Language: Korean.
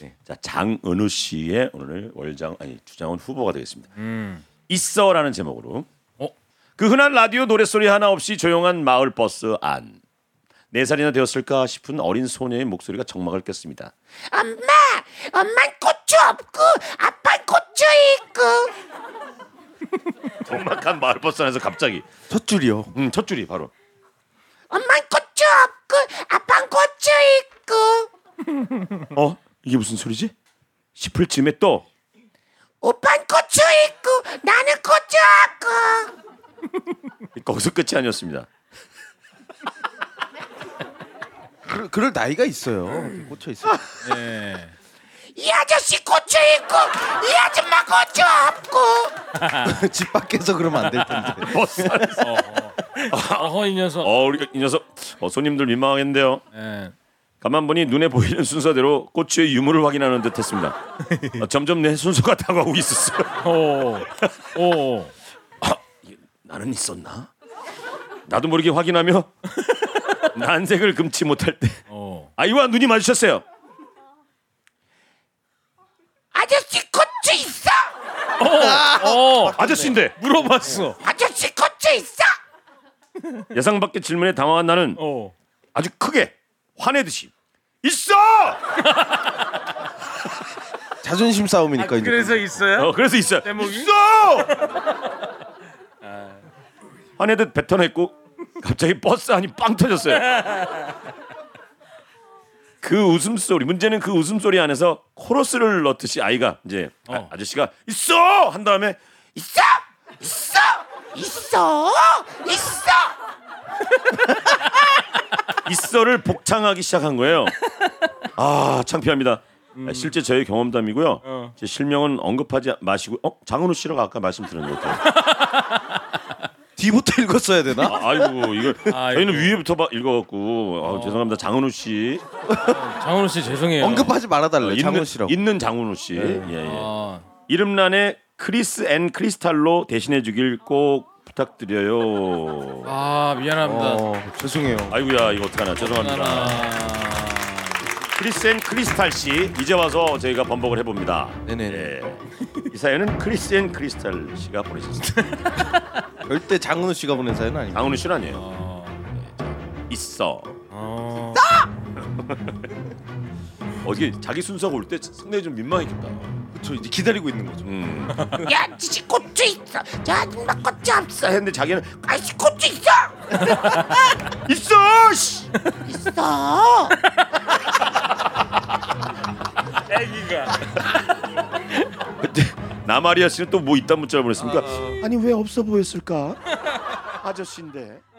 네. 자 장은우 씨의 오늘 월장 아니 주장원 후보가 되겠습니다. 음. 있어라는 제목으로 어? 그 흔한 라디오 노랫소리 하나 없이 조용한 마을 버스 안. 네 살이나 되었을까 싶은 어린 소녀의 목소리가 정막을 깼습니다. 엄마, 엄만 고추 없고 아빠 고추 있고. 정막한 마을 버스 안에서 갑자기 첫 줄이요. 음, 첫 줄이 바로 엄만 고추 없고 아빠 고추 있고. 아 어 이게 무슨 소리지? 싶을 쯤에 또 오빤 고추 있고 나는 고추 없고. 그러니까 거기서 끝이 아니었습니다. 그, 그럴 나이가 있어요. 꽂혀 있어요. 이 아저씨 고추 있고 이 아줌마 고추 없고. 집 밖에서 그러면 안 될 텐데. 버스 안에서 어허 이 녀석. 어 우리가 이 녀석 어, 손님들 민망하겠는데요. 예. 가만 보니 눈에 보이는 순서대로 꼬치의 유무를 확인하는 듯했습니다. 어, 점점 내 순서가 다가오고 있었어요. 오. 오. 나는 있었나? 나도 모르게 확인하며 난색을 금치 못할 때 오. 아이와 눈이 마주쳤어요. 아저씨 고추 있어. 어. 아저씨인데 물어봤어. 아저씨 고추 있어. 예상 밖의 질문에 당황한 나는 어. 아주 크게 화내듯이 있어. 자존심 싸움이니까 이제. 그래서 있어요? 네, 뭐 어, 그래서 있어. 제목이? 있어. 아. 화내듯 뱉어냈고 갑자기 버스 안이 빵 터졌어요. 그 웃음소리 문제는 그 웃음소리 안에서 코러스를 넣듯이 아이가 이제 어. 아, 저씨가 있어 한 다음에 있어, 있어, 있어, 있어. 있어를 복창하기 시작한 거예요. 아 창피합니다. 아, 실제 저의 경험담이고요. 제 실명은 언급하지 마시고 어 장은우 씨라고 아까 말씀드렸는데 어떡해. 뒤부터 읽었어야 되나? 아이고 이거 아이고. 저희는 위에부터 막 읽어갖고 아우, 죄송합니다 장은우 씨 어, 장원우 씨 죄송해요. 언급하지 말아달래. 있는, 네, 장훈 씨라고. 있는 장은우 씨 예, 예. 아. 이름란에 크리스 앤 크리스탈로 대신해주길 꼭 부탁드려요 아 미안합니다. 어, 죄송해요. 아이고야 이거 어떡하나 하나. 죄송합니다 크리스 앤 크리스탈 씨 이제 와서 저희가 번복을 해봅니다 네네네. 예. 이 사연은 크리스 앤 크리스탈 씨가 보내셨습니다 절대 장은우 씨가 보낸 사연은 아니에요. 장은우 씨는 아니에요 예, 자, 있어 어. 어디 자기 순서가 올 때 상당히 좀 민망했겠다 그렇죠. 이제 기다리고 있는 거죠. 음. 야, 아저씨 고추 있어. 저 아줌마 고추 없어. 했는데 자기는 아저씨 고추 있어, 있어 씨! 있어. 그때 아. 나마리아 씨는 또 뭐 이딴 문자를 보냈습니까? 아니 왜 없어 보였을까? 아저씨인데.